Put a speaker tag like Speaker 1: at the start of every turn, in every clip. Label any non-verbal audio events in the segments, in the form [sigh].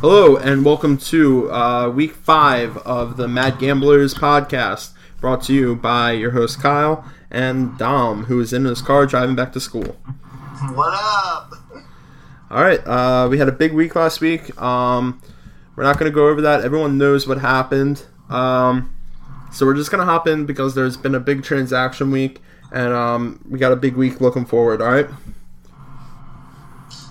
Speaker 1: Hello, and welcome to uh, week five of the Mad Gamblers podcast, brought to you by your host Kyle and Dom, who is in his car driving back to school.
Speaker 2: What uh, up?
Speaker 1: All right, uh, we had a big week last week. Um, we're not going to go over that. Everyone knows what happened. Um, so we're just going to hop in because there's been a big transaction week, and um, we got a big week looking forward. All right.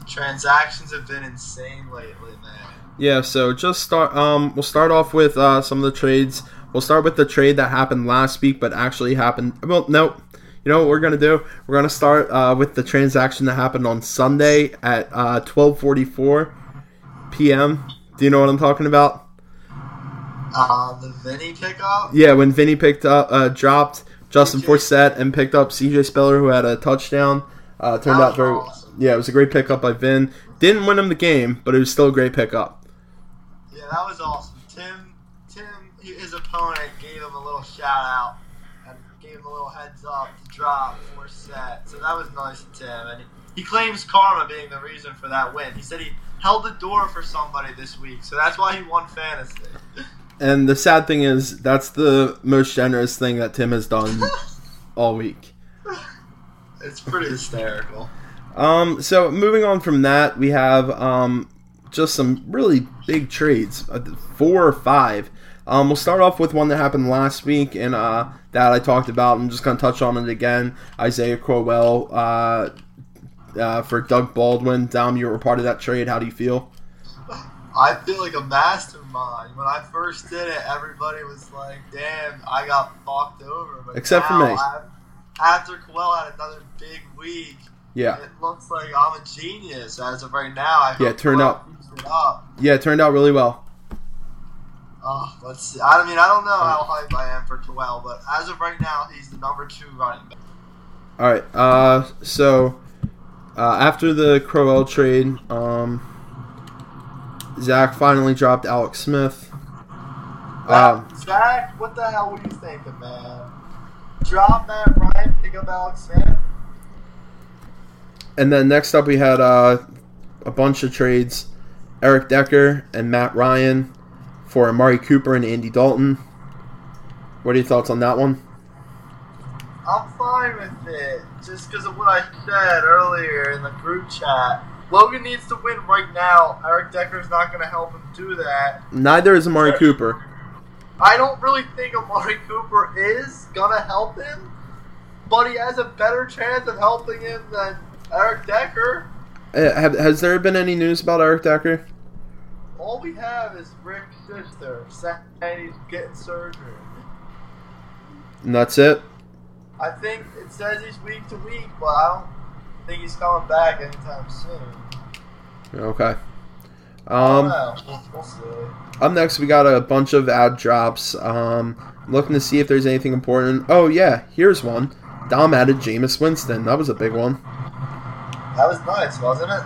Speaker 2: Transactions have been insane lately, man.
Speaker 1: Yeah, so just start. Um, we'll start off with uh, some of the trades. We'll start with the trade that happened last week, but actually happened. Well, nope. You know what we're gonna do? We're gonna start uh, with the transaction that happened on Sunday at uh, 12:44 p.m. Do you know what I'm talking about?
Speaker 2: Uh, the Vinny pickup?
Speaker 1: Yeah, when Vinny picked up, uh, dropped Justin
Speaker 2: CJ.
Speaker 1: Forsett and picked up C.J. Spiller, who had a touchdown. Uh, turned
Speaker 2: That
Speaker 1: out
Speaker 2: was
Speaker 1: very.
Speaker 2: awesome.
Speaker 1: Yeah, it was a great pickup by Vin. Didn't win him the game, but it was still a great pickup.
Speaker 2: Yeah, that was awesome. Tim, Tim, he- his opponent gave him a little shout out and gave him a little heads up to drop for set. So that was nice of Tim. And he, he claims karma being the reason for that win. He said he held the door for somebody this week, so that's why he won fantasy. [laughs]
Speaker 1: And the sad thing is, that's the most generous thing that Tim has done all week.
Speaker 2: It's pretty hysterical.
Speaker 1: Um, so moving on from that, we have um, just some really big trades, uh, four or five. Um, we'll start off with one that happened last week and uh, that I talked about. I'm just going to touch on it again. Isaiah Crowell uh, uh, for Doug Baldwin. Dom, you were part of that trade. How do you feel?
Speaker 2: I feel like a mastermind. When I first did it, everybody was like, "Damn, I got fucked over." But
Speaker 1: Except for
Speaker 2: now,
Speaker 1: me.
Speaker 2: I've- After Quell had another big week,
Speaker 1: Yeah.
Speaker 2: it looks like I'm a genius as of right now. I
Speaker 1: Yeah,
Speaker 2: hope
Speaker 1: turn
Speaker 2: Quell
Speaker 1: up.
Speaker 2: keeps it up.
Speaker 1: Yeah, it turned out really well.
Speaker 2: Oh, let's see. I mean, I don't know how hype I am for Quell, but as of right now, he's the number two running back.
Speaker 1: All right. Uh, so uh, after the Crowell trade, um, Zach finally dropped Alex Smith. Um,
Speaker 2: Zach, what the hell were you thinking, man? Drop Matt Ryan, pick up Alex Smith.
Speaker 1: and then next up, we had uh, a bunch of trades: Eric Decker and Matt Ryan for Amari Cooper and Andy Dalton. What are your thoughts on that one?
Speaker 2: I'm fine with it, just because of what I said earlier in the group chat. Logan needs to win right now. Eric Decker's not going to help him do that.
Speaker 1: Neither is Amari Cooper.
Speaker 2: I don't really think Amari Cooper is going to help him, but he has a better chance of helping him than Eric Decker.
Speaker 1: Uh, have, has there been any news about Eric Decker?
Speaker 2: All we have is Rick's sister saying he's getting surgery.
Speaker 1: And that's it.
Speaker 2: I think it says he's week to week, but I don't think he's coming back anytime soon.
Speaker 1: Okay.
Speaker 2: I
Speaker 1: Um.
Speaker 2: don't know. We'll- we'll see.
Speaker 1: Up next, we got a bunch of ad drops. Um, I'm looking to see if there's anything important. Oh yeah, here's one. Dom added Jameis Winston. That was a big one.
Speaker 2: That was nice, wasn't it?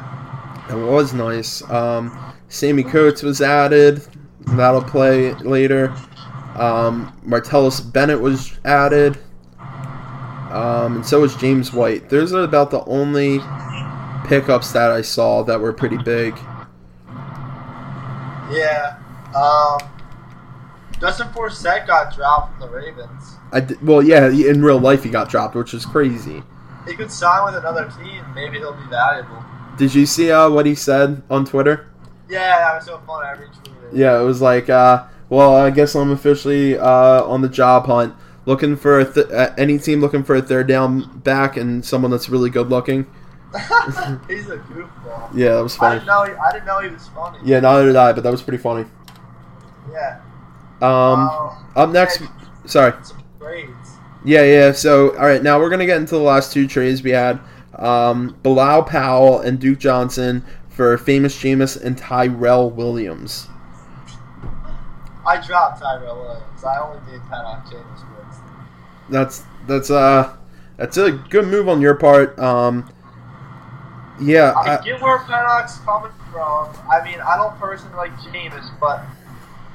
Speaker 1: That was nice. Um, Sammy Coates was added. That'll play later. Um, Martellus Bennett was added. Um, and so was James White. Those are about the only pickups that I saw that were pretty big.
Speaker 2: Yeah. Um, Justin Forsett got dropped from the Ravens.
Speaker 1: I d- well, yeah, in real life he got dropped, which is crazy.
Speaker 2: He could sign with another team. Maybe he'll be valuable.
Speaker 1: Did you see uh, what he said on Twitter?
Speaker 2: Yeah, that was so fun. I retweeted. it.
Speaker 1: Yeah, it was like, uh, well, I guess I'm officially uh, on the job hunt, looking for a th- uh, any team looking for a third down back and someone that's really good looking.
Speaker 2: [laughs] He's a goofball.
Speaker 1: Yeah, that was
Speaker 2: I
Speaker 1: funny.
Speaker 2: didn't know. He, I didn't know he was funny.
Speaker 1: Yeah, neither did I, but that was pretty funny.
Speaker 2: Yeah.
Speaker 1: Um, up next, sorry.
Speaker 2: Some grades.
Speaker 1: Yeah, yeah. So, all right, now we're gonna get into the last two trades we had: um, Bilal Powell and Duke Johnson for famous Jameis and Tyrell Williams.
Speaker 2: I dropped Tyrell Williams. I only did ten on James Winston.
Speaker 1: that's that's uh that's a good move on your part. Um, yeah,
Speaker 2: I
Speaker 1: I,
Speaker 2: get where Pennock's coming from. I mean, I don't personally like Jameis, but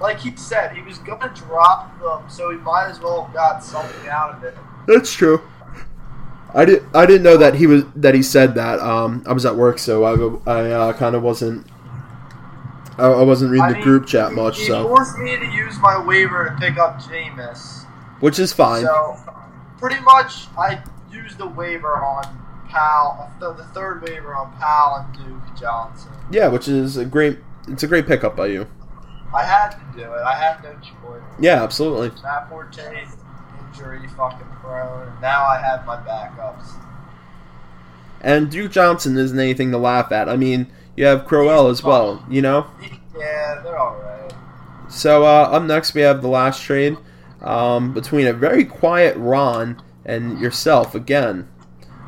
Speaker 2: like he said, he was gonna drop them, so he might as well have got something out of it.
Speaker 1: that's true. I did I didn't know that he was that he said that. Um, I was at work, so I I uh, kind of wasn't I, I wasn't reading the
Speaker 2: I mean,
Speaker 1: group chat
Speaker 2: he-
Speaker 1: much,
Speaker 2: he
Speaker 1: so
Speaker 2: forced me to use my waiver to pick up Jameis.
Speaker 1: which is fine.
Speaker 2: So pretty much, I used the waiver on Powell, the, the third waiver on Powell and Duke Johnson.
Speaker 1: Yeah, which is a great. It's a great pickup by you.
Speaker 2: I had to do it. I had no choice.
Speaker 1: Yeah, absolutely.
Speaker 2: Matt Forte's injury fucking prone, and now I have my backups.
Speaker 1: And Duke Johnson isn't anything to laugh at. I mean, you have Crowell as well. You know.
Speaker 2: Yeah, they're alright.
Speaker 1: So uh, up next, we have the last trade um, between a very quiet Ron and yourself again.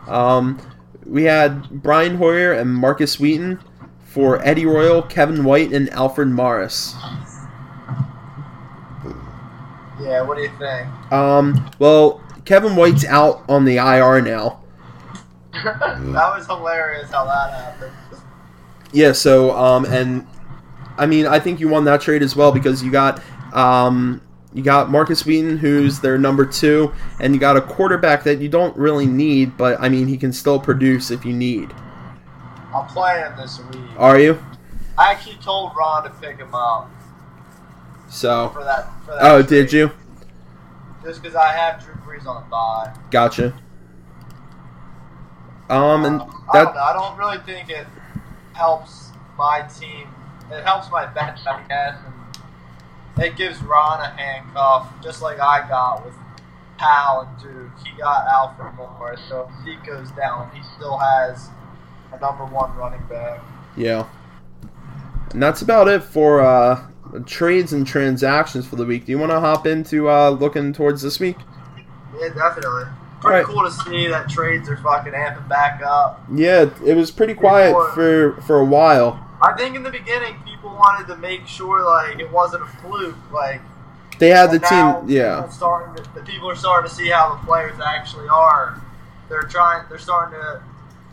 Speaker 1: Um, we had Brian Hoyer and Marcus Wheaton for Eddie Royal, Kevin White, and Alfred Morris.
Speaker 2: Yeah, what do you think? [laughs]
Speaker 1: Um, well, Kevin White's out on the IR now.
Speaker 2: that was hilarious how that happened.
Speaker 1: Yeah, so um, and I mean, I think you won that trade as well because you got um, you got Marcus Wheaton, who's their number two, and you got a quarterback that you don't really need, but I mean, he can still produce if you need.
Speaker 2: I'm playing this week.
Speaker 1: Are you?
Speaker 2: I actually told Ron to pick him up
Speaker 1: So,
Speaker 2: for that. For that
Speaker 1: oh,
Speaker 2: trade,
Speaker 1: did you?
Speaker 2: Just because I have Drew Brees on the bye.
Speaker 1: Gotcha. Um, and
Speaker 2: I don't know.
Speaker 1: that
Speaker 2: I don't really think it helps my team. It helps my bench, I guess. And it gives Ron a handcuff, just like I got with Powell and Duke. He got Alfred Morris, so if he goes down, he still has a number one running back.
Speaker 1: yeah, and that's about it for uh, trades and transactions for the week. Do you want to hop into uh, looking towards this week?
Speaker 2: Yeah, definitely. Pretty
Speaker 1: Alright.
Speaker 2: cool to see that trades are fucking amping back up.
Speaker 1: Yeah, it was pretty quiet for for a while.
Speaker 2: I think in the beginning, people wanted to make sure like it wasn't a fluke, like
Speaker 1: They had the
Speaker 2: And now
Speaker 1: team, yeah,
Speaker 2: people Starting to, the people are starting to see how the players actually are. They're trying. They're starting to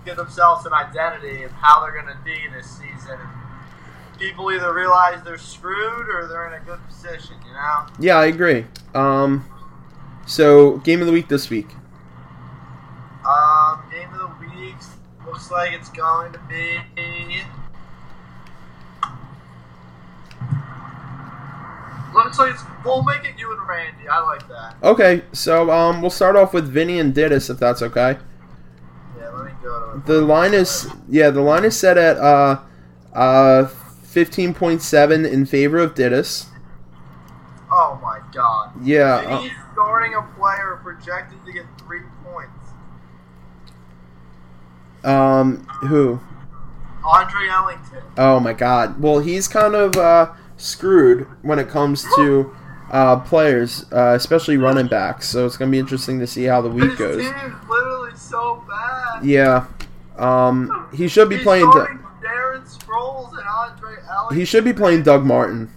Speaker 2: give themselves an identity of how they're going to be this season. And people either realize they're screwed or they're in a good position. You know.
Speaker 1: yeah, I agree. Um, so game of the week this week.
Speaker 2: Um, game of the week looks like it's going to be. Looks like it's, we'll make it you and Randy. I like that.
Speaker 1: Okay, so um, we'll start off with Vinny and Didis, if that's okay.
Speaker 2: Yeah, let me go to it.
Speaker 1: The line is, yeah, the line is set at uh, uh, fifteen point seven in favor of Didis.
Speaker 2: Oh my god.
Speaker 1: Yeah, uh,
Speaker 2: He's starting a player projected to get three points.
Speaker 1: um, who?
Speaker 2: Andre Ellington.
Speaker 1: Oh my God. Well, he's kind of uh, screwed when it comes to uh, players, uh, especially running backs. So it's gonna be interesting to see how the week
Speaker 2: His
Speaker 1: goes.
Speaker 2: team's literally so bad.
Speaker 1: Yeah. Um, he should be
Speaker 2: He's
Speaker 1: playing.
Speaker 2: starting
Speaker 1: Du-
Speaker 2: Darren Sproles and Andre Ellington.
Speaker 1: he should be playing Doug Martin.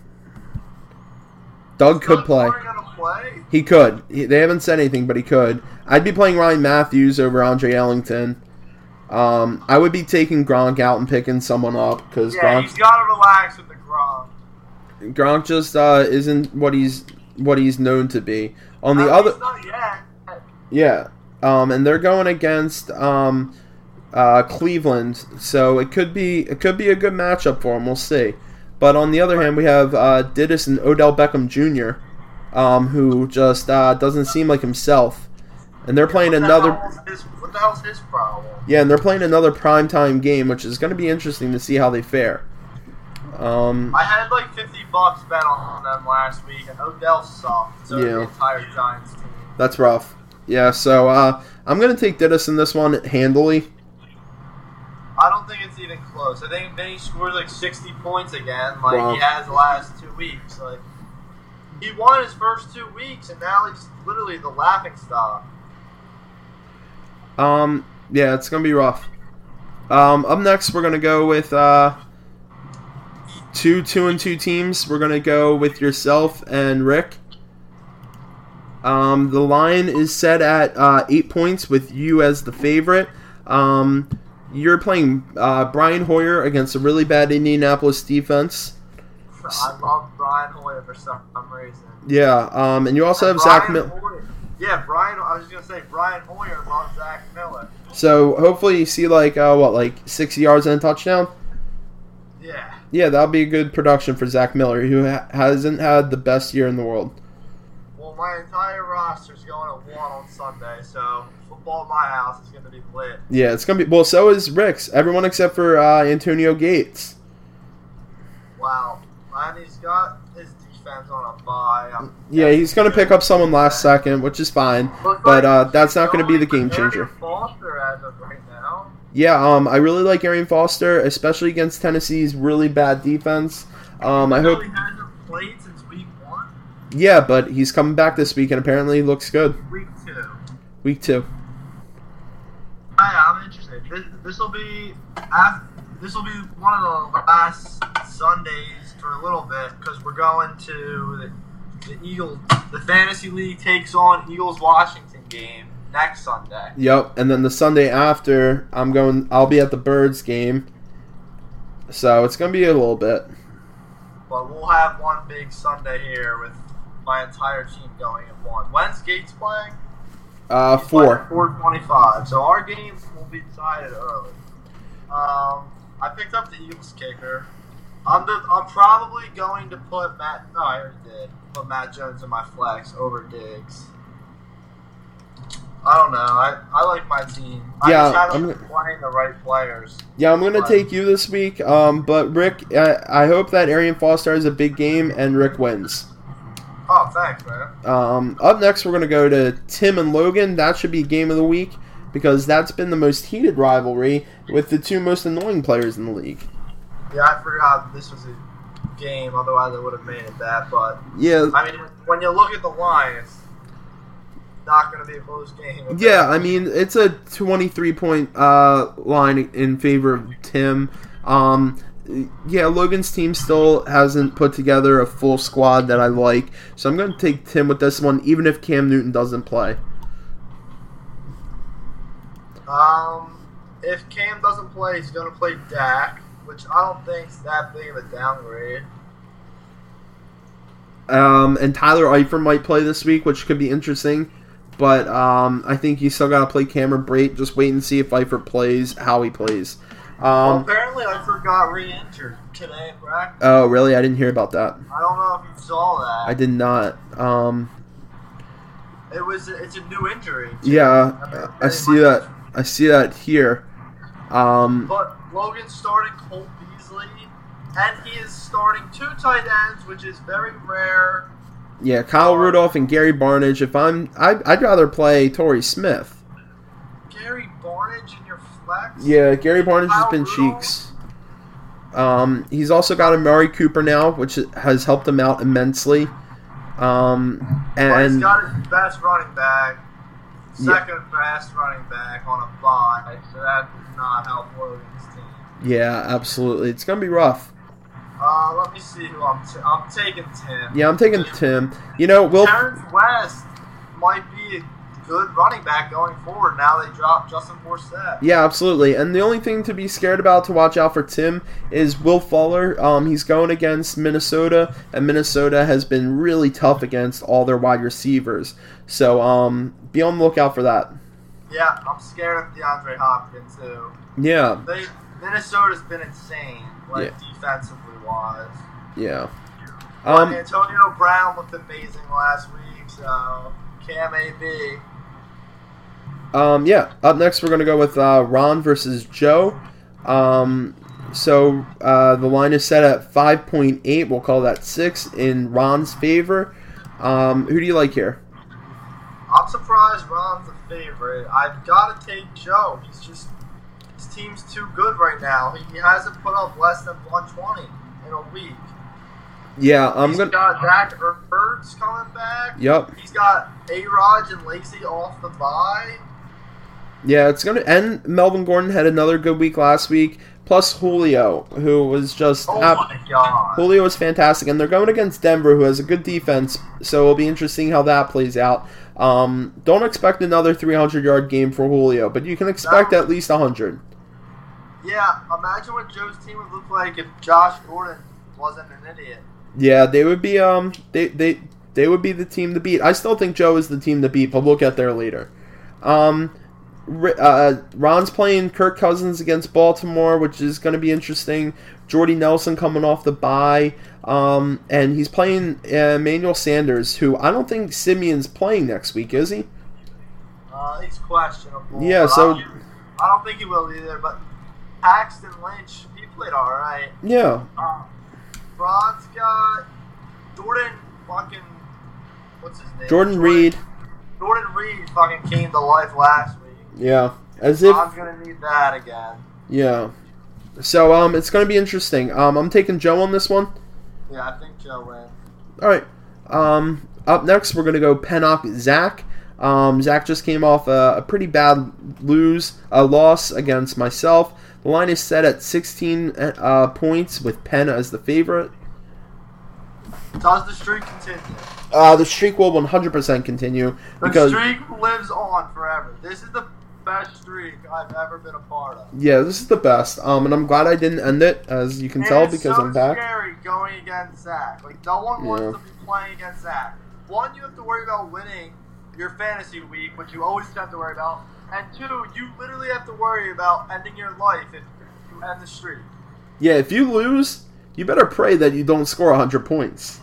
Speaker 1: Doug could
Speaker 2: Doug
Speaker 1: play.
Speaker 2: Martin gonna play?
Speaker 1: He could. He, they haven't said anything, but he could. I'd be playing Ryan Matthews over Andre Ellington. Um, I would be taking Gronk out and picking someone up because
Speaker 2: Yeah, he's got to relax with the Gronk.
Speaker 1: Gronk, Gronk just uh, isn't what he's what he's known to be. On the
Speaker 2: At
Speaker 1: other,
Speaker 2: least not yet.
Speaker 1: Yeah, um, and they're going against um, uh, Cleveland, so it could be it could be a good matchup for them. We'll see. But on the other hand, we have uh, Didis and Odell Beckham Jr., um, who just uh, doesn't seem like himself, and they're playing
Speaker 2: What the
Speaker 1: another.
Speaker 2: hell is his- what the hell's his problem?
Speaker 1: Yeah, and they're playing another primetime game, which is going to be interesting to see how they fare. Um,
Speaker 2: I had like 50 bucks bet on them last week, and Odell sucked. So did the
Speaker 1: Yeah.
Speaker 2: entire Giants team.
Speaker 1: that's rough. Yeah, so uh, I'm going to take Didis in this one handily.
Speaker 2: I don't think it's even close. I think Vinny scored like 60 points again, like
Speaker 1: Wow.
Speaker 2: he has the last two weeks. Like he won his first two weeks, and now he's literally the laughing stock.
Speaker 1: Um, yeah, it's gonna be rough. Um, up next, we're gonna go with uh, two two and two teams. We're gonna go with yourself and Rick. Um, the line is set at uh, eight points with you as the favorite. Um, you're playing uh, Brian Hoyer against a really bad Indianapolis defense.
Speaker 2: I love Brian Hoyer for some some reason.
Speaker 1: Yeah, um, and you also have
Speaker 2: Brian
Speaker 1: Zach Miller.
Speaker 2: Hoyer- Yeah, Brian. I was just gonna say Brian Hoyer loves Zach Miller.
Speaker 1: So hopefully you see like uh, what like sixty yards and a touchdown.
Speaker 2: Yeah,
Speaker 1: Yeah, that'll be a good production for Zach Miller, who ha- hasn't had the best year in the world.
Speaker 2: Well, my entire roster's going to one on Sunday, so football at my house is going to be lit.
Speaker 1: Yeah, it's gonna be well. So is Rick's. Everyone except for uh, Antonio Gates.
Speaker 2: Wow. Miami's got his defense on a bye. I'm
Speaker 1: Yeah, he's gonna pick up someone last second, which is fine.
Speaker 2: Looks
Speaker 1: But
Speaker 2: like
Speaker 1: uh, that's not gonna be the game
Speaker 2: going with
Speaker 1: changer.
Speaker 2: Arian Foster as of right now.
Speaker 1: Yeah, um, I really like Arian Foster, especially against Tennessee's really bad defense. Um, I hope.
Speaker 2: Really hasn't played since week one,
Speaker 1: Yeah, but he's coming back this week and apparently looks good.
Speaker 2: week two.
Speaker 1: Week two.
Speaker 2: I, I'm interested. This will be this will be one of the last Sundays for a little bit because we're going to the, the Eagles. The fantasy league takes on Eagles Washington game next Sunday.
Speaker 1: Yep. And then the Sunday after, I'm going. I'll be at the Birds game. So it's gonna be a little bit.
Speaker 2: But we'll have one big Sunday here with my entire team going at one. When's Gates playing?
Speaker 1: Uh, four.
Speaker 2: Four twenty-five. So our game will be decided early. Um, I picked up the Eagles kicker. I'm the, I'm probably going to put Matt. No, I already did. Put Matt Jones in my flex over Diggs. I don't know. I, I like my team. I
Speaker 1: Yeah,
Speaker 2: just haven't
Speaker 1: I'm-
Speaker 2: been playing the right players.
Speaker 1: Yeah, I'm gonna
Speaker 2: Right.
Speaker 1: take you this week. Um, but Rick, I, I hope that Arian Foster has a big game and Rick wins.
Speaker 2: Oh, thanks, man.
Speaker 1: Um, up next, we're gonna go to Tim and Logan. That should be game of the week because that's been the most heated rivalry with the two most annoying players in the league.
Speaker 2: Yeah, I forgot this was a game. Otherwise, I would have made it that. But
Speaker 1: Yeah,
Speaker 2: I mean, when you look at the line, it's not going to be a close game.
Speaker 1: yeah. I mean, it's a 23 point uh, line in favor of Tim. Um, yeah, Logan's team still hasn't put together a full squad that I like, so I'm gonna take Tim with this one, even if Cam Newton doesn't play.
Speaker 2: Um, if Cam doesn't play, he's going to play Dak, which I don't think's that big of a downgrade.
Speaker 1: Um, and Tyler Eifert might play this week, which could be interesting. But um, I think you still got to play Cameron Brate. Just wait and see if Eifert plays, how he plays.
Speaker 2: Well,
Speaker 1: Um,
Speaker 2: apparently, I forgot re-injured today in practice.
Speaker 1: oh, really? I didn't hear about that.
Speaker 2: I don't know if you saw that.
Speaker 1: I did not. Um,
Speaker 2: It was it's a new injury. too.
Speaker 1: yeah, I see that. I see that here. Um,
Speaker 2: But Logan starting Cole Beasley, and he is starting two tight ends, which is very rare.
Speaker 1: yeah, Kyle Rudolph and Gary Barnage. If I'm, I'd, I'd rather play Torrey Smith.
Speaker 2: Gary Barnage in your flex.
Speaker 1: Yeah, Gary Barnage has
Speaker 2: Kyle
Speaker 1: been
Speaker 2: Rudolph?
Speaker 1: cheeks. Um, he's also got Amari Cooper now, which has helped him out immensely. Um,
Speaker 2: But he's
Speaker 1: and
Speaker 2: got his best running back,
Speaker 1: Yeah.
Speaker 2: second best running back on a bye, so that does not help Logan's team.
Speaker 1: yeah, absolutely, it's gonna be rough.
Speaker 2: Uh, let me see who I'm. T- I'm taking Tim.
Speaker 1: Yeah, I'm taking Tim. You know, Will.
Speaker 2: Terrence West might be a good running back going forward. Now they dropped Justin Forsett.
Speaker 1: Yeah, absolutely. And the only thing to be scared about to watch out for Tim is Will Fuller. Um, he's going against Minnesota, and Minnesota has been really tough against all their wide receivers. So um, be on the lookout for that.
Speaker 2: Yeah, I'm scared of DeAndre Hopkins too.
Speaker 1: Yeah,
Speaker 2: They, Minnesota's been insane, like defensively wise.
Speaker 1: yeah.
Speaker 2: Um,
Speaker 1: Um,
Speaker 2: Antonio Brown looked amazing last week, so Cam AB.
Speaker 1: Um, yeah. Up next, we're gonna go with uh, Ron versus Joe. Um, so uh, the line is set at five point eight. We'll call that six in Ron's favor. Um, who do you like here?
Speaker 2: I'm surprised Ron's a favorite. I've got to take Joe. He's just his team's too good right now. He, he hasn't put up less than 120 in a week.
Speaker 1: Yeah, I'm
Speaker 2: He's
Speaker 1: gonna.
Speaker 2: got Zach Ertz coming back.
Speaker 1: Yep.
Speaker 2: He's got A. Rod and Lacey off the bye.
Speaker 1: Yeah, it's gonna. And Melvin Gordon had another good week last week. Plus Julio, who was just
Speaker 2: Oh
Speaker 1: ab-
Speaker 2: my god.
Speaker 1: Julio was fantastic, and they're going against Denver, who has a good defense. So it'll be interesting how that plays out. Um, don't expect another 300 yard game for Julio, but you can expect at least 100.
Speaker 2: Yeah, imagine what Joe's team would look like if Josh Gordon wasn't an idiot.
Speaker 1: Yeah, they would be um they they they would be the team to beat. I still think Joe is the team to beat, but we'll get there later. Um Ri- uh, Ron's playing Kirk Cousins against Baltimore, which is going to be interesting. Jordy Nelson coming off the bye, um, and he's playing uh, Emmanuel Sanders, who I don't think Simeon's playing next week, is he?
Speaker 2: Uh, it's questionable.
Speaker 1: Yeah,
Speaker 2: but I
Speaker 1: so-
Speaker 2: don't think- I don't think he will either. But Paxton Lynch, he played all right.
Speaker 1: Yeah,
Speaker 2: Um, Ron's got Jordan fucking what's his name?
Speaker 1: Jordan Reed.
Speaker 2: Jordan Reed fucking came to life last week.
Speaker 1: Yeah, as if
Speaker 2: Ron's gonna need that again.
Speaker 1: yeah. So um, it's going to be interesting. Um, I'm taking Joe on this one.
Speaker 2: Yeah, I think Joe wins.
Speaker 1: All right. Um, up next, we're going to go Pennock Zach. Um, Zach just came off a, a pretty bad lose, a loss against myself. The line is set at 16 uh, points with Penn as the favorite.
Speaker 2: Does the streak continue?
Speaker 1: Uh, the streak will 100% continue
Speaker 2: The
Speaker 1: because
Speaker 2: streak lives on forever. This is the best streak I've ever been a part of.
Speaker 1: yeah, this is the best. Um, and I'm glad I didn't end it, as you can
Speaker 2: And
Speaker 1: tell,
Speaker 2: it's
Speaker 1: because
Speaker 2: so
Speaker 1: I'm back.
Speaker 2: scary going against Zach. Like no one wants
Speaker 1: Yeah.
Speaker 2: to be playing against Zach. One, you have to worry about winning your fantasy week, which you always have to worry about. And two, you literally have to worry about ending your life if you end
Speaker 1: [laughs]
Speaker 2: the streak.
Speaker 1: Yeah, if you lose, you better pray that you don't score 100 points.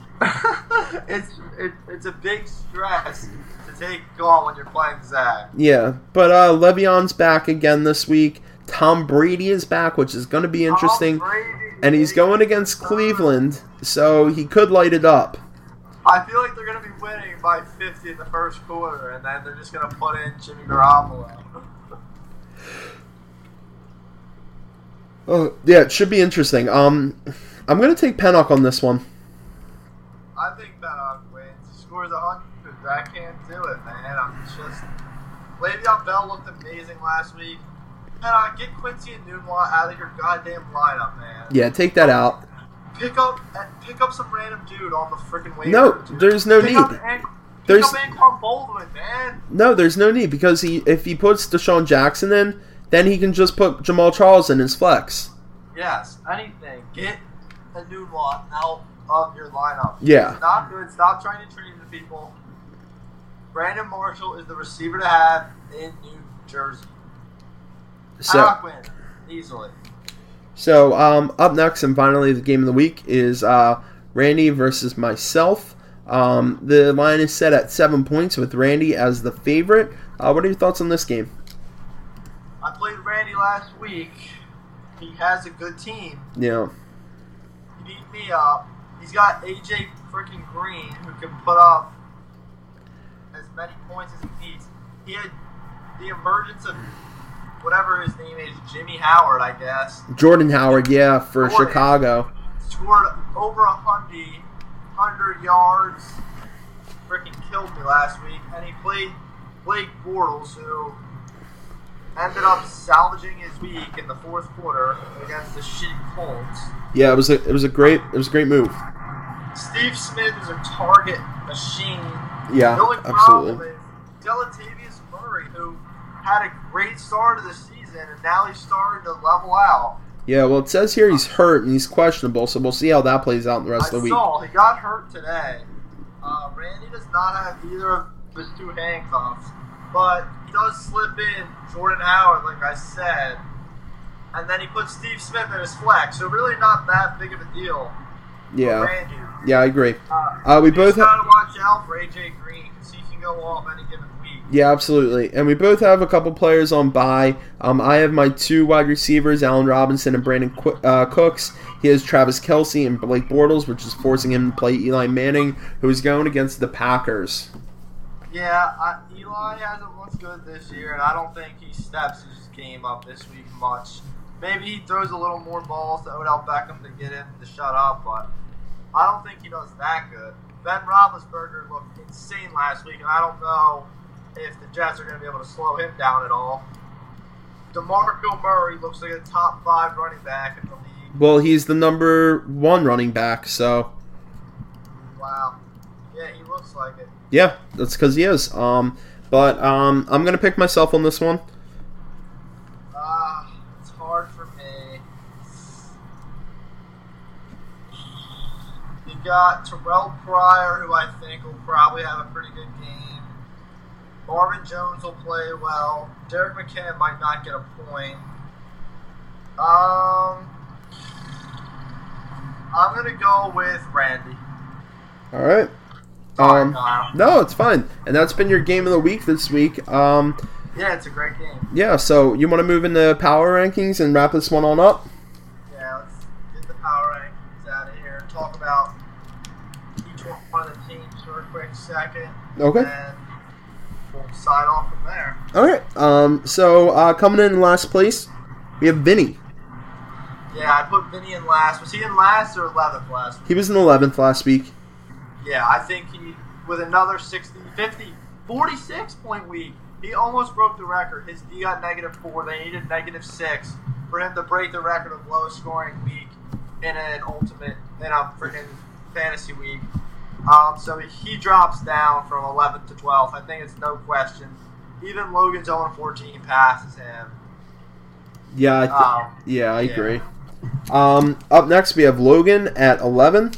Speaker 2: it's it, it's a big stress to take on when you're playing Zach.
Speaker 1: Yeah, but uh, Le'Veon's back again this week. Tom Brady is back, which is going to be interesting.
Speaker 2: Tom Brady,
Speaker 1: and he's going against Cleveland, so he could light it up.
Speaker 2: I feel like they're going to be winning by 50 in the first quarter, and then they're just going to put in Jimmy Garoppolo.
Speaker 1: Oh, yeah, it should be interesting. Um, I'm gonna take Pennock on this one.
Speaker 2: I think Belloc wins. He scores 100. I can't do it, man. I'm just. Le'Veon Bell looked amazing last week. And I get Quincy and Nunwa out of your goddamn lineup, man.
Speaker 1: Yeah, take that out.
Speaker 2: Pick up, pick up some random dude on the freaking waiver.
Speaker 1: No,
Speaker 2: dude.
Speaker 1: there's no
Speaker 2: pick
Speaker 1: need.
Speaker 2: Up An-
Speaker 1: There's-
Speaker 2: pick up Anquan Baldwin, man.
Speaker 1: No, there's no need because he if he puts Deshaun Jackson in, then he can just put Jamal Charles in his flex.
Speaker 2: Yes, anything. Get a Nunwa out of your lineup.
Speaker 1: Yeah,
Speaker 2: Stop doing. Stop trying to train the people. Brandon Marshall is the receiver to have in New Jersey.
Speaker 1: so.
Speaker 2: Paddock wins easily.
Speaker 1: So um, up next and finally, the game of the week is uh, Randy versus myself. Um, the line is set at seven points with Randy as the favorite. Uh, what are your thoughts on this game?
Speaker 2: I played Randy last week. He has a good team.
Speaker 1: Yeah,
Speaker 2: He beat me up. He's got AJ freaking Green who can put up as many points as he needs. He had the emergence of whatever his name is, Jimmy Howard, I guess.
Speaker 1: Jordan Howard, yeah, for
Speaker 2: Jordan.
Speaker 1: Chicago.
Speaker 2: Scored over a hundred, hundred yards. Freaking killed me last week. And he played Blake Bortles, who ended up salvaging his week in the fourth quarter against the shitty Colts.
Speaker 1: Yeah, it was a it was a great it was a great move.
Speaker 2: Steve Smith is a target machine.
Speaker 1: Yeah,
Speaker 2: The only
Speaker 1: absolutely.
Speaker 2: problem is Delatavius Murray, who had a great start of the season, and now he's starting to level out.
Speaker 1: Yeah, well, it says here he's hurt and he's questionable, so we'll see how that plays out in the rest of
Speaker 2: I
Speaker 1: the week.
Speaker 2: saw he got hurt today. Uh, Randy does not have either of his two handcuffs, but he does slip in Jordan Howard, like I said, and then he puts Steve Smith in his flex. So really, not that big of a deal. For
Speaker 1: Yeah,
Speaker 2: Randy.
Speaker 1: yeah, I agree.
Speaker 2: Uh,
Speaker 1: Uh, we
Speaker 2: you just
Speaker 1: both have,
Speaker 2: gotta watch out for AJ Green because he can go off any given week.
Speaker 1: yeah, absolutely, and we both have a couple players on bye. Um, I have my two wide receivers, Allen Robinson and Brandon Qu- uh, Cooks. He has Travis Kelsey and Blake Bortles, which is forcing him to play Eli Manning, who is going against the Packers.
Speaker 2: Yeah, I, Eli hasn't looked good this year, and I don't think he steps his game up this week much. Maybe he throws a little more balls to Odell Beckham to get him to shut up, but I don't think he does that good. Ben Roethlisberger looked insane last week, and I don't know if the Jets are going to be able to slow him down at all. DeMarco Murray looks like a top five running back in the league.
Speaker 1: Well, he's the number one running back, so
Speaker 2: Wow. Yeah, he looks like it.
Speaker 1: yeah, that's because he is. Um, but um, I'm gonna pick myself on this one.
Speaker 2: Ah, it's hard for me. You got Terrell Pryor, who I think will probably have a pretty good game. Marvin Jones will play well. Derek McKinnon might not get a point. Um, I'm gonna go with Randy.
Speaker 1: All right.
Speaker 2: Sorry,
Speaker 1: Um,
Speaker 2: Kyle.
Speaker 1: no, it's fine. And that's been your game of the week this week. Um,
Speaker 2: yeah, it's a great game.
Speaker 1: yeah, so you want to move into power rankings and wrap this one on up?
Speaker 2: Yeah, let's get the power rankings out of here. Talk about each one of the teams for a quick second.
Speaker 1: Okay.
Speaker 2: And we'll sign off from there.
Speaker 1: All right. Um, so uh, coming in last place, we have Vinny.
Speaker 2: Yeah, I put Vinny in last. Was he in last or 11th last?
Speaker 1: He was in 11th last week.
Speaker 2: Yeah, I think he, with another 60, 50, 46 point week, he almost broke the record. His D got negative four. They needed negative six for him to break the record of lowest scoring week in an ultimate, in a freaking fantasy week. Um, so he drops down from 11th to 12th. I think it's no question. Even Logan's 0 14 passes him.
Speaker 1: Yeah, I th-
Speaker 2: Um,
Speaker 1: yeah, I
Speaker 2: yeah.
Speaker 1: agree. Um, up next, we have Logan at 11.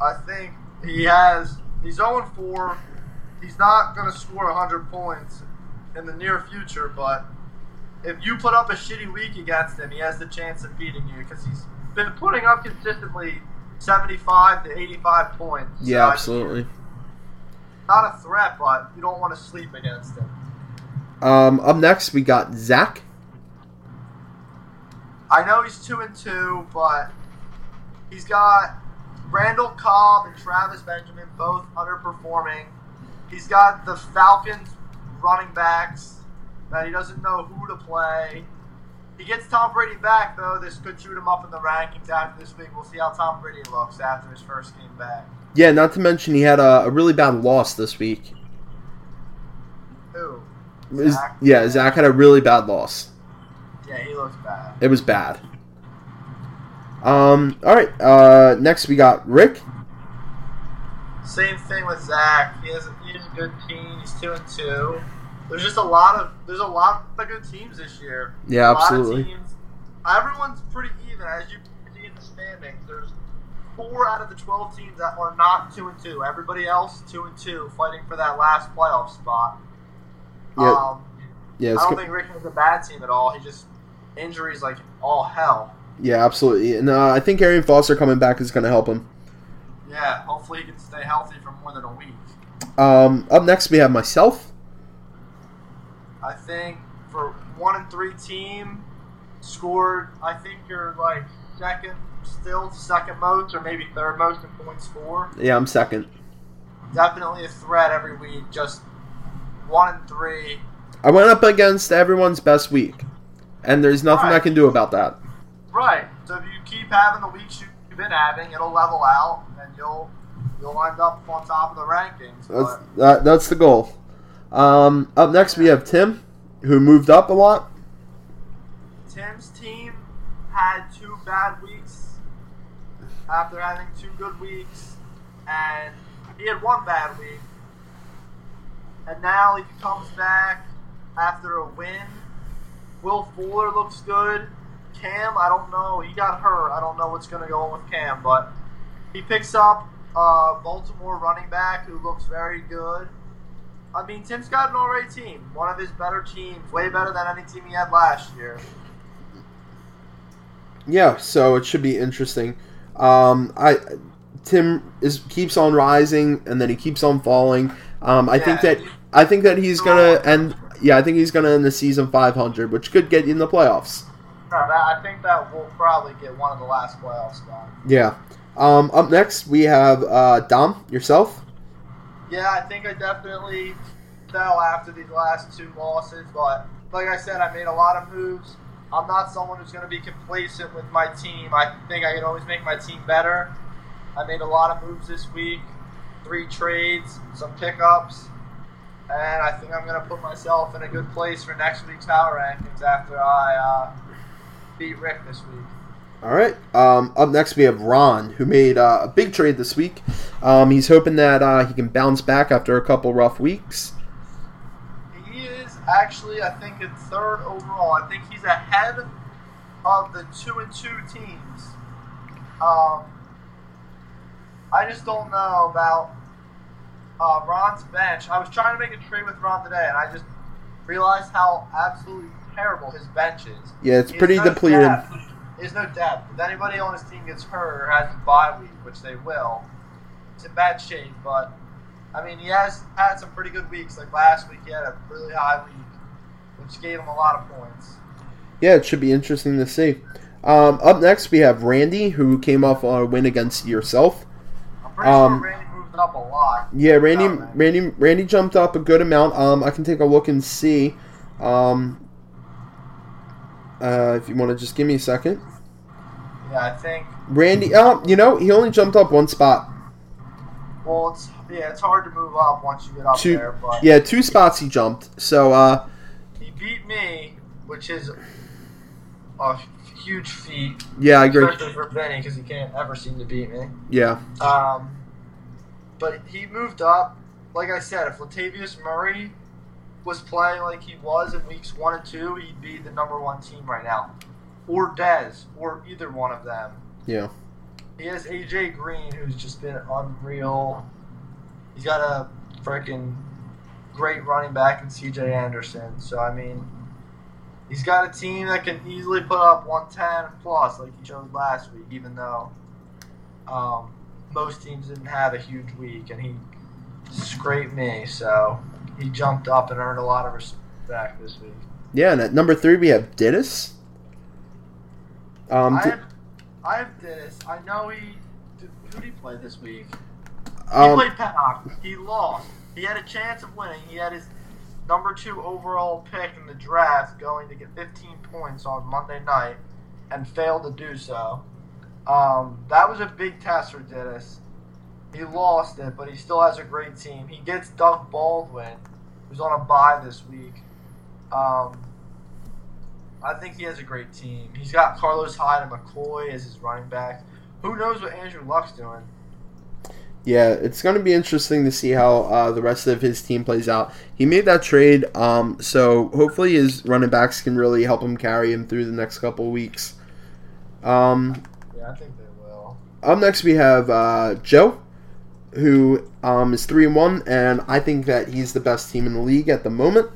Speaker 2: I think he has. He's 0 4. He's not going to score 100 points in the near future, but if you put up a shitty week against him, he has the chance of beating you because he's been putting up consistently 75 to 85 points. So
Speaker 1: Yeah,
Speaker 2: I-
Speaker 1: absolutely.
Speaker 2: Not a threat, but you don't want to sleep against him.
Speaker 1: Um, up next, we got Zach.
Speaker 2: I know he's two and two, but he's got Randall Cobb and Travis Benjamin both underperforming. He's got the Falcons running backs that he doesn't know who to play. He gets Tom Brady back though. This could shoot him up in the rankings after this week. We'll see how Tom Brady looks after his first game back.
Speaker 1: Yeah, not to mention he had a, a really bad loss this week.
Speaker 2: Who?
Speaker 1: Is-
Speaker 2: Zach?
Speaker 1: yeah, Zach had a really bad loss.
Speaker 2: Yeah, he looks bad.
Speaker 1: It was bad. Um, all right. Uh, next, we got Rick.
Speaker 2: Same thing with Zach. He has he has a good team. He's two and two. There's just a lot of there's a lot of good teams this year.
Speaker 1: Yeah,
Speaker 2: A lot of
Speaker 1: absolutely.
Speaker 2: teams. Everyone's pretty even as you can see in the standings. There's four out of the twelve teams that are not two and two. Everybody else two and two, fighting for that last playoff spot.
Speaker 1: Yeah,
Speaker 2: Um,
Speaker 1: yeah,
Speaker 2: I
Speaker 1: it's
Speaker 2: don't
Speaker 1: go-
Speaker 2: think Rick has a bad team at all. He just injuries like all hell.
Speaker 1: yeah, absolutely. And uh, I think Arian Foster coming back is going to help him.
Speaker 2: Yeah, hopefully he can stay healthy for more than a week.
Speaker 1: Um, up next, we have myself.
Speaker 2: I think for one and three team scored. I think you're like second, still second most, or maybe third most in points score.
Speaker 1: Yeah, I'm second.
Speaker 2: Definitely a threat every week. Just one and three.
Speaker 1: I went up against everyone's best week, and there's nothing I
Speaker 2: Right.
Speaker 1: can do about that.
Speaker 2: Right. So if you keep having the weeks you- you've been having, it'll level out, and you'll you'll end up on top of the rankings.
Speaker 1: That's
Speaker 2: But
Speaker 1: that, that's the goal. Um, up next, we have Tim, who moved up a lot.
Speaker 2: Tim's team had two bad weeks after having two good weeks, and he had one bad week. And now he comes back after a win. Will Fuller looks good. Cam, I don't know. He got hurt. I don't know what's going to go on with Cam, but he picks up uh, Baltimore running back who looks very good. I mean, Tim's got an alright team. One of his better teams, way better than any team he had last year.
Speaker 1: Yeah, so it should be interesting. Um, I Tim is keeps on rising, and then he keeps on falling. Um, I think
Speaker 2: Yeah.
Speaker 1: that I think that he's gonna end. Yeah, I think he's gonna end the season 500, which could get you in the playoffs.
Speaker 2: No, that, I think that will probably get one of the last playoff spots.
Speaker 1: Yeah. Um, up next, we have uh, Dom yourself.
Speaker 2: Yeah, I think I definitely fell after these last two losses, but like I said, I made a lot of moves. I'm not someone who's going to be complacent with my team. I think I can always make my team better. I made a lot of moves this week three trades, some pickups, and I think I'm going to put myself in a good place for next week's power rankings after I uh, beat Rick this week.
Speaker 1: All right. Um, up next, we have Ron, who made uh, a big trade this week. Um, he's hoping that uh, he can bounce back after a couple rough weeks.
Speaker 2: He is actually, I think, in third overall. I think he's ahead of the two and two teams. Um, I just don't know about uh, Ron's bench. I was trying to make a trade with Ron today, and I just realized how absolutely terrible his bench is.
Speaker 1: Yeah, it's
Speaker 2: He has
Speaker 1: pretty
Speaker 2: no
Speaker 1: depleted.
Speaker 2: depth. There's no depth. If anybody on his team gets hurt or has a bye week, which they will, it's in bad shape. But I mean, he has had some pretty good weeks. Like last week, he had a really high week, which gave him a lot of points.
Speaker 1: Yeah, it should be interesting to see. Um, up next, we have Randy, who came off a win against yourself.
Speaker 2: I'm pretty
Speaker 1: Um,
Speaker 2: sure Randy moved up a lot.
Speaker 1: Yeah, Randy,
Speaker 2: Oh, man.
Speaker 1: Randy, Randy jumped up a good amount. Um, I can take a look and see. Um, uh, if you want to just give me a second,
Speaker 2: Yeah, I think.
Speaker 1: Randy. Oh, you know, he only jumped up one spot.
Speaker 2: Well, it's yeah, it's hard to move up once you get up
Speaker 1: Two,
Speaker 2: there, but
Speaker 1: yeah, two spots he jumped. So, uh,
Speaker 2: he beat me, which is a huge feat,
Speaker 1: yeah, I agree.
Speaker 2: especially for Vinny because he can't ever seem to beat me.
Speaker 1: Yeah,
Speaker 2: Um, but he moved up. Like I said, if Latavius Murray was playing like he was in weeks one and two, he'd be the number one team right now, or Dez, or either one of them.
Speaker 1: yeah,
Speaker 2: He has AJ Green, who's just been unreal. He's got a freaking great running back in CJ Anderson. So I mean, he's got a team that can easily put up 110 plus, like he showed last week. Even though um, most teams didn't have a huge week, and he scraped me, so he jumped up and earned a lot of respect this week.
Speaker 1: yeah. And at number three, we have Dennis. Um,
Speaker 2: I
Speaker 1: d-
Speaker 2: have, I have this. I know he. Who did he play this week?
Speaker 1: um,
Speaker 2: he played Paddock. He lost. He had a chance of winning. He had his number two overall pick in the draft going to get 15 points on Monday night and failed to do so. Um, that was a big test for Dennis. He lost it, but he still has a great team. He gets Doug Baldwin, who's on a bye this week. Um, I think he has a great team. He's got Carlos Hyde and McCoy as his running back. Who knows what Andrew Luck's doing?
Speaker 1: Yeah, it's going to be interesting to see how uh, the rest of his team plays out. He made that trade, um, so hopefully his running backs can really help him carry him through the next couple weeks. Um,
Speaker 2: Yeah, I think they will.
Speaker 1: up next, we have uh, Joe, who um, is three and one, and I think that he's the best team in the league at the moment.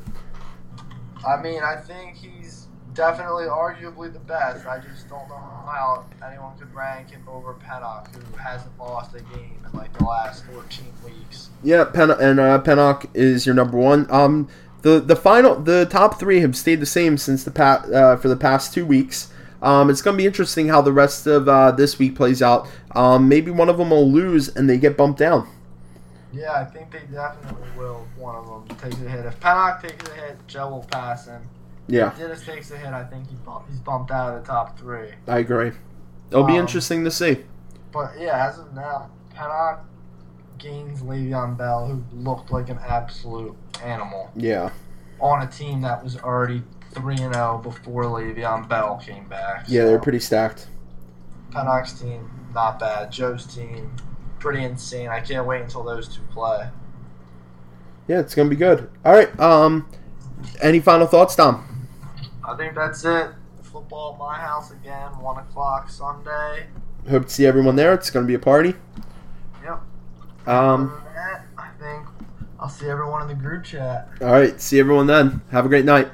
Speaker 2: I mean, I think he's definitely arguably the best. I just don't know how anyone could rank him over Paddock, who hasn't lost a game in like the last 14 weeks.
Speaker 1: Yeah, Pen- and uh, Pennock is your number one. Um, the the final the top three have stayed the same since the pa- uh, for the past two weeks. Um, it's going to be interesting how the rest of uh, this week plays out. Um, maybe one of them will lose and they get bumped down.
Speaker 2: Yeah, I think they definitely will. One of them takes a hit. If Paddock takes a hit, Joe will pass him.
Speaker 1: Yeah,
Speaker 2: If Dennis takes a hit, I think he bump, he's bumped out of the top three.
Speaker 1: I agree. It'll be
Speaker 2: Um,
Speaker 1: interesting to see.
Speaker 2: But yeah, as of now, Paddock gains Le'Veon Bell, who looked like an absolute animal.
Speaker 1: Yeah,
Speaker 2: on a team that was already three and zero before Le'Veon Bell came back.
Speaker 1: yeah, they're
Speaker 2: So,
Speaker 1: pretty stacked.
Speaker 2: Pennock's team, not bad. Joe's team, pretty insane. I can't wait until those two play.
Speaker 1: Yeah, it's going to be good. All right. Um, any final thoughts, Tom?
Speaker 2: I think that's it. Football at my house again, one o'clock Sunday.
Speaker 1: Hope to see everyone there. It's going to be a party.
Speaker 2: Yep.
Speaker 1: Um,
Speaker 2: Other than that, I think I'll see everyone in the group chat.
Speaker 1: all right. See everyone then. Have a great night.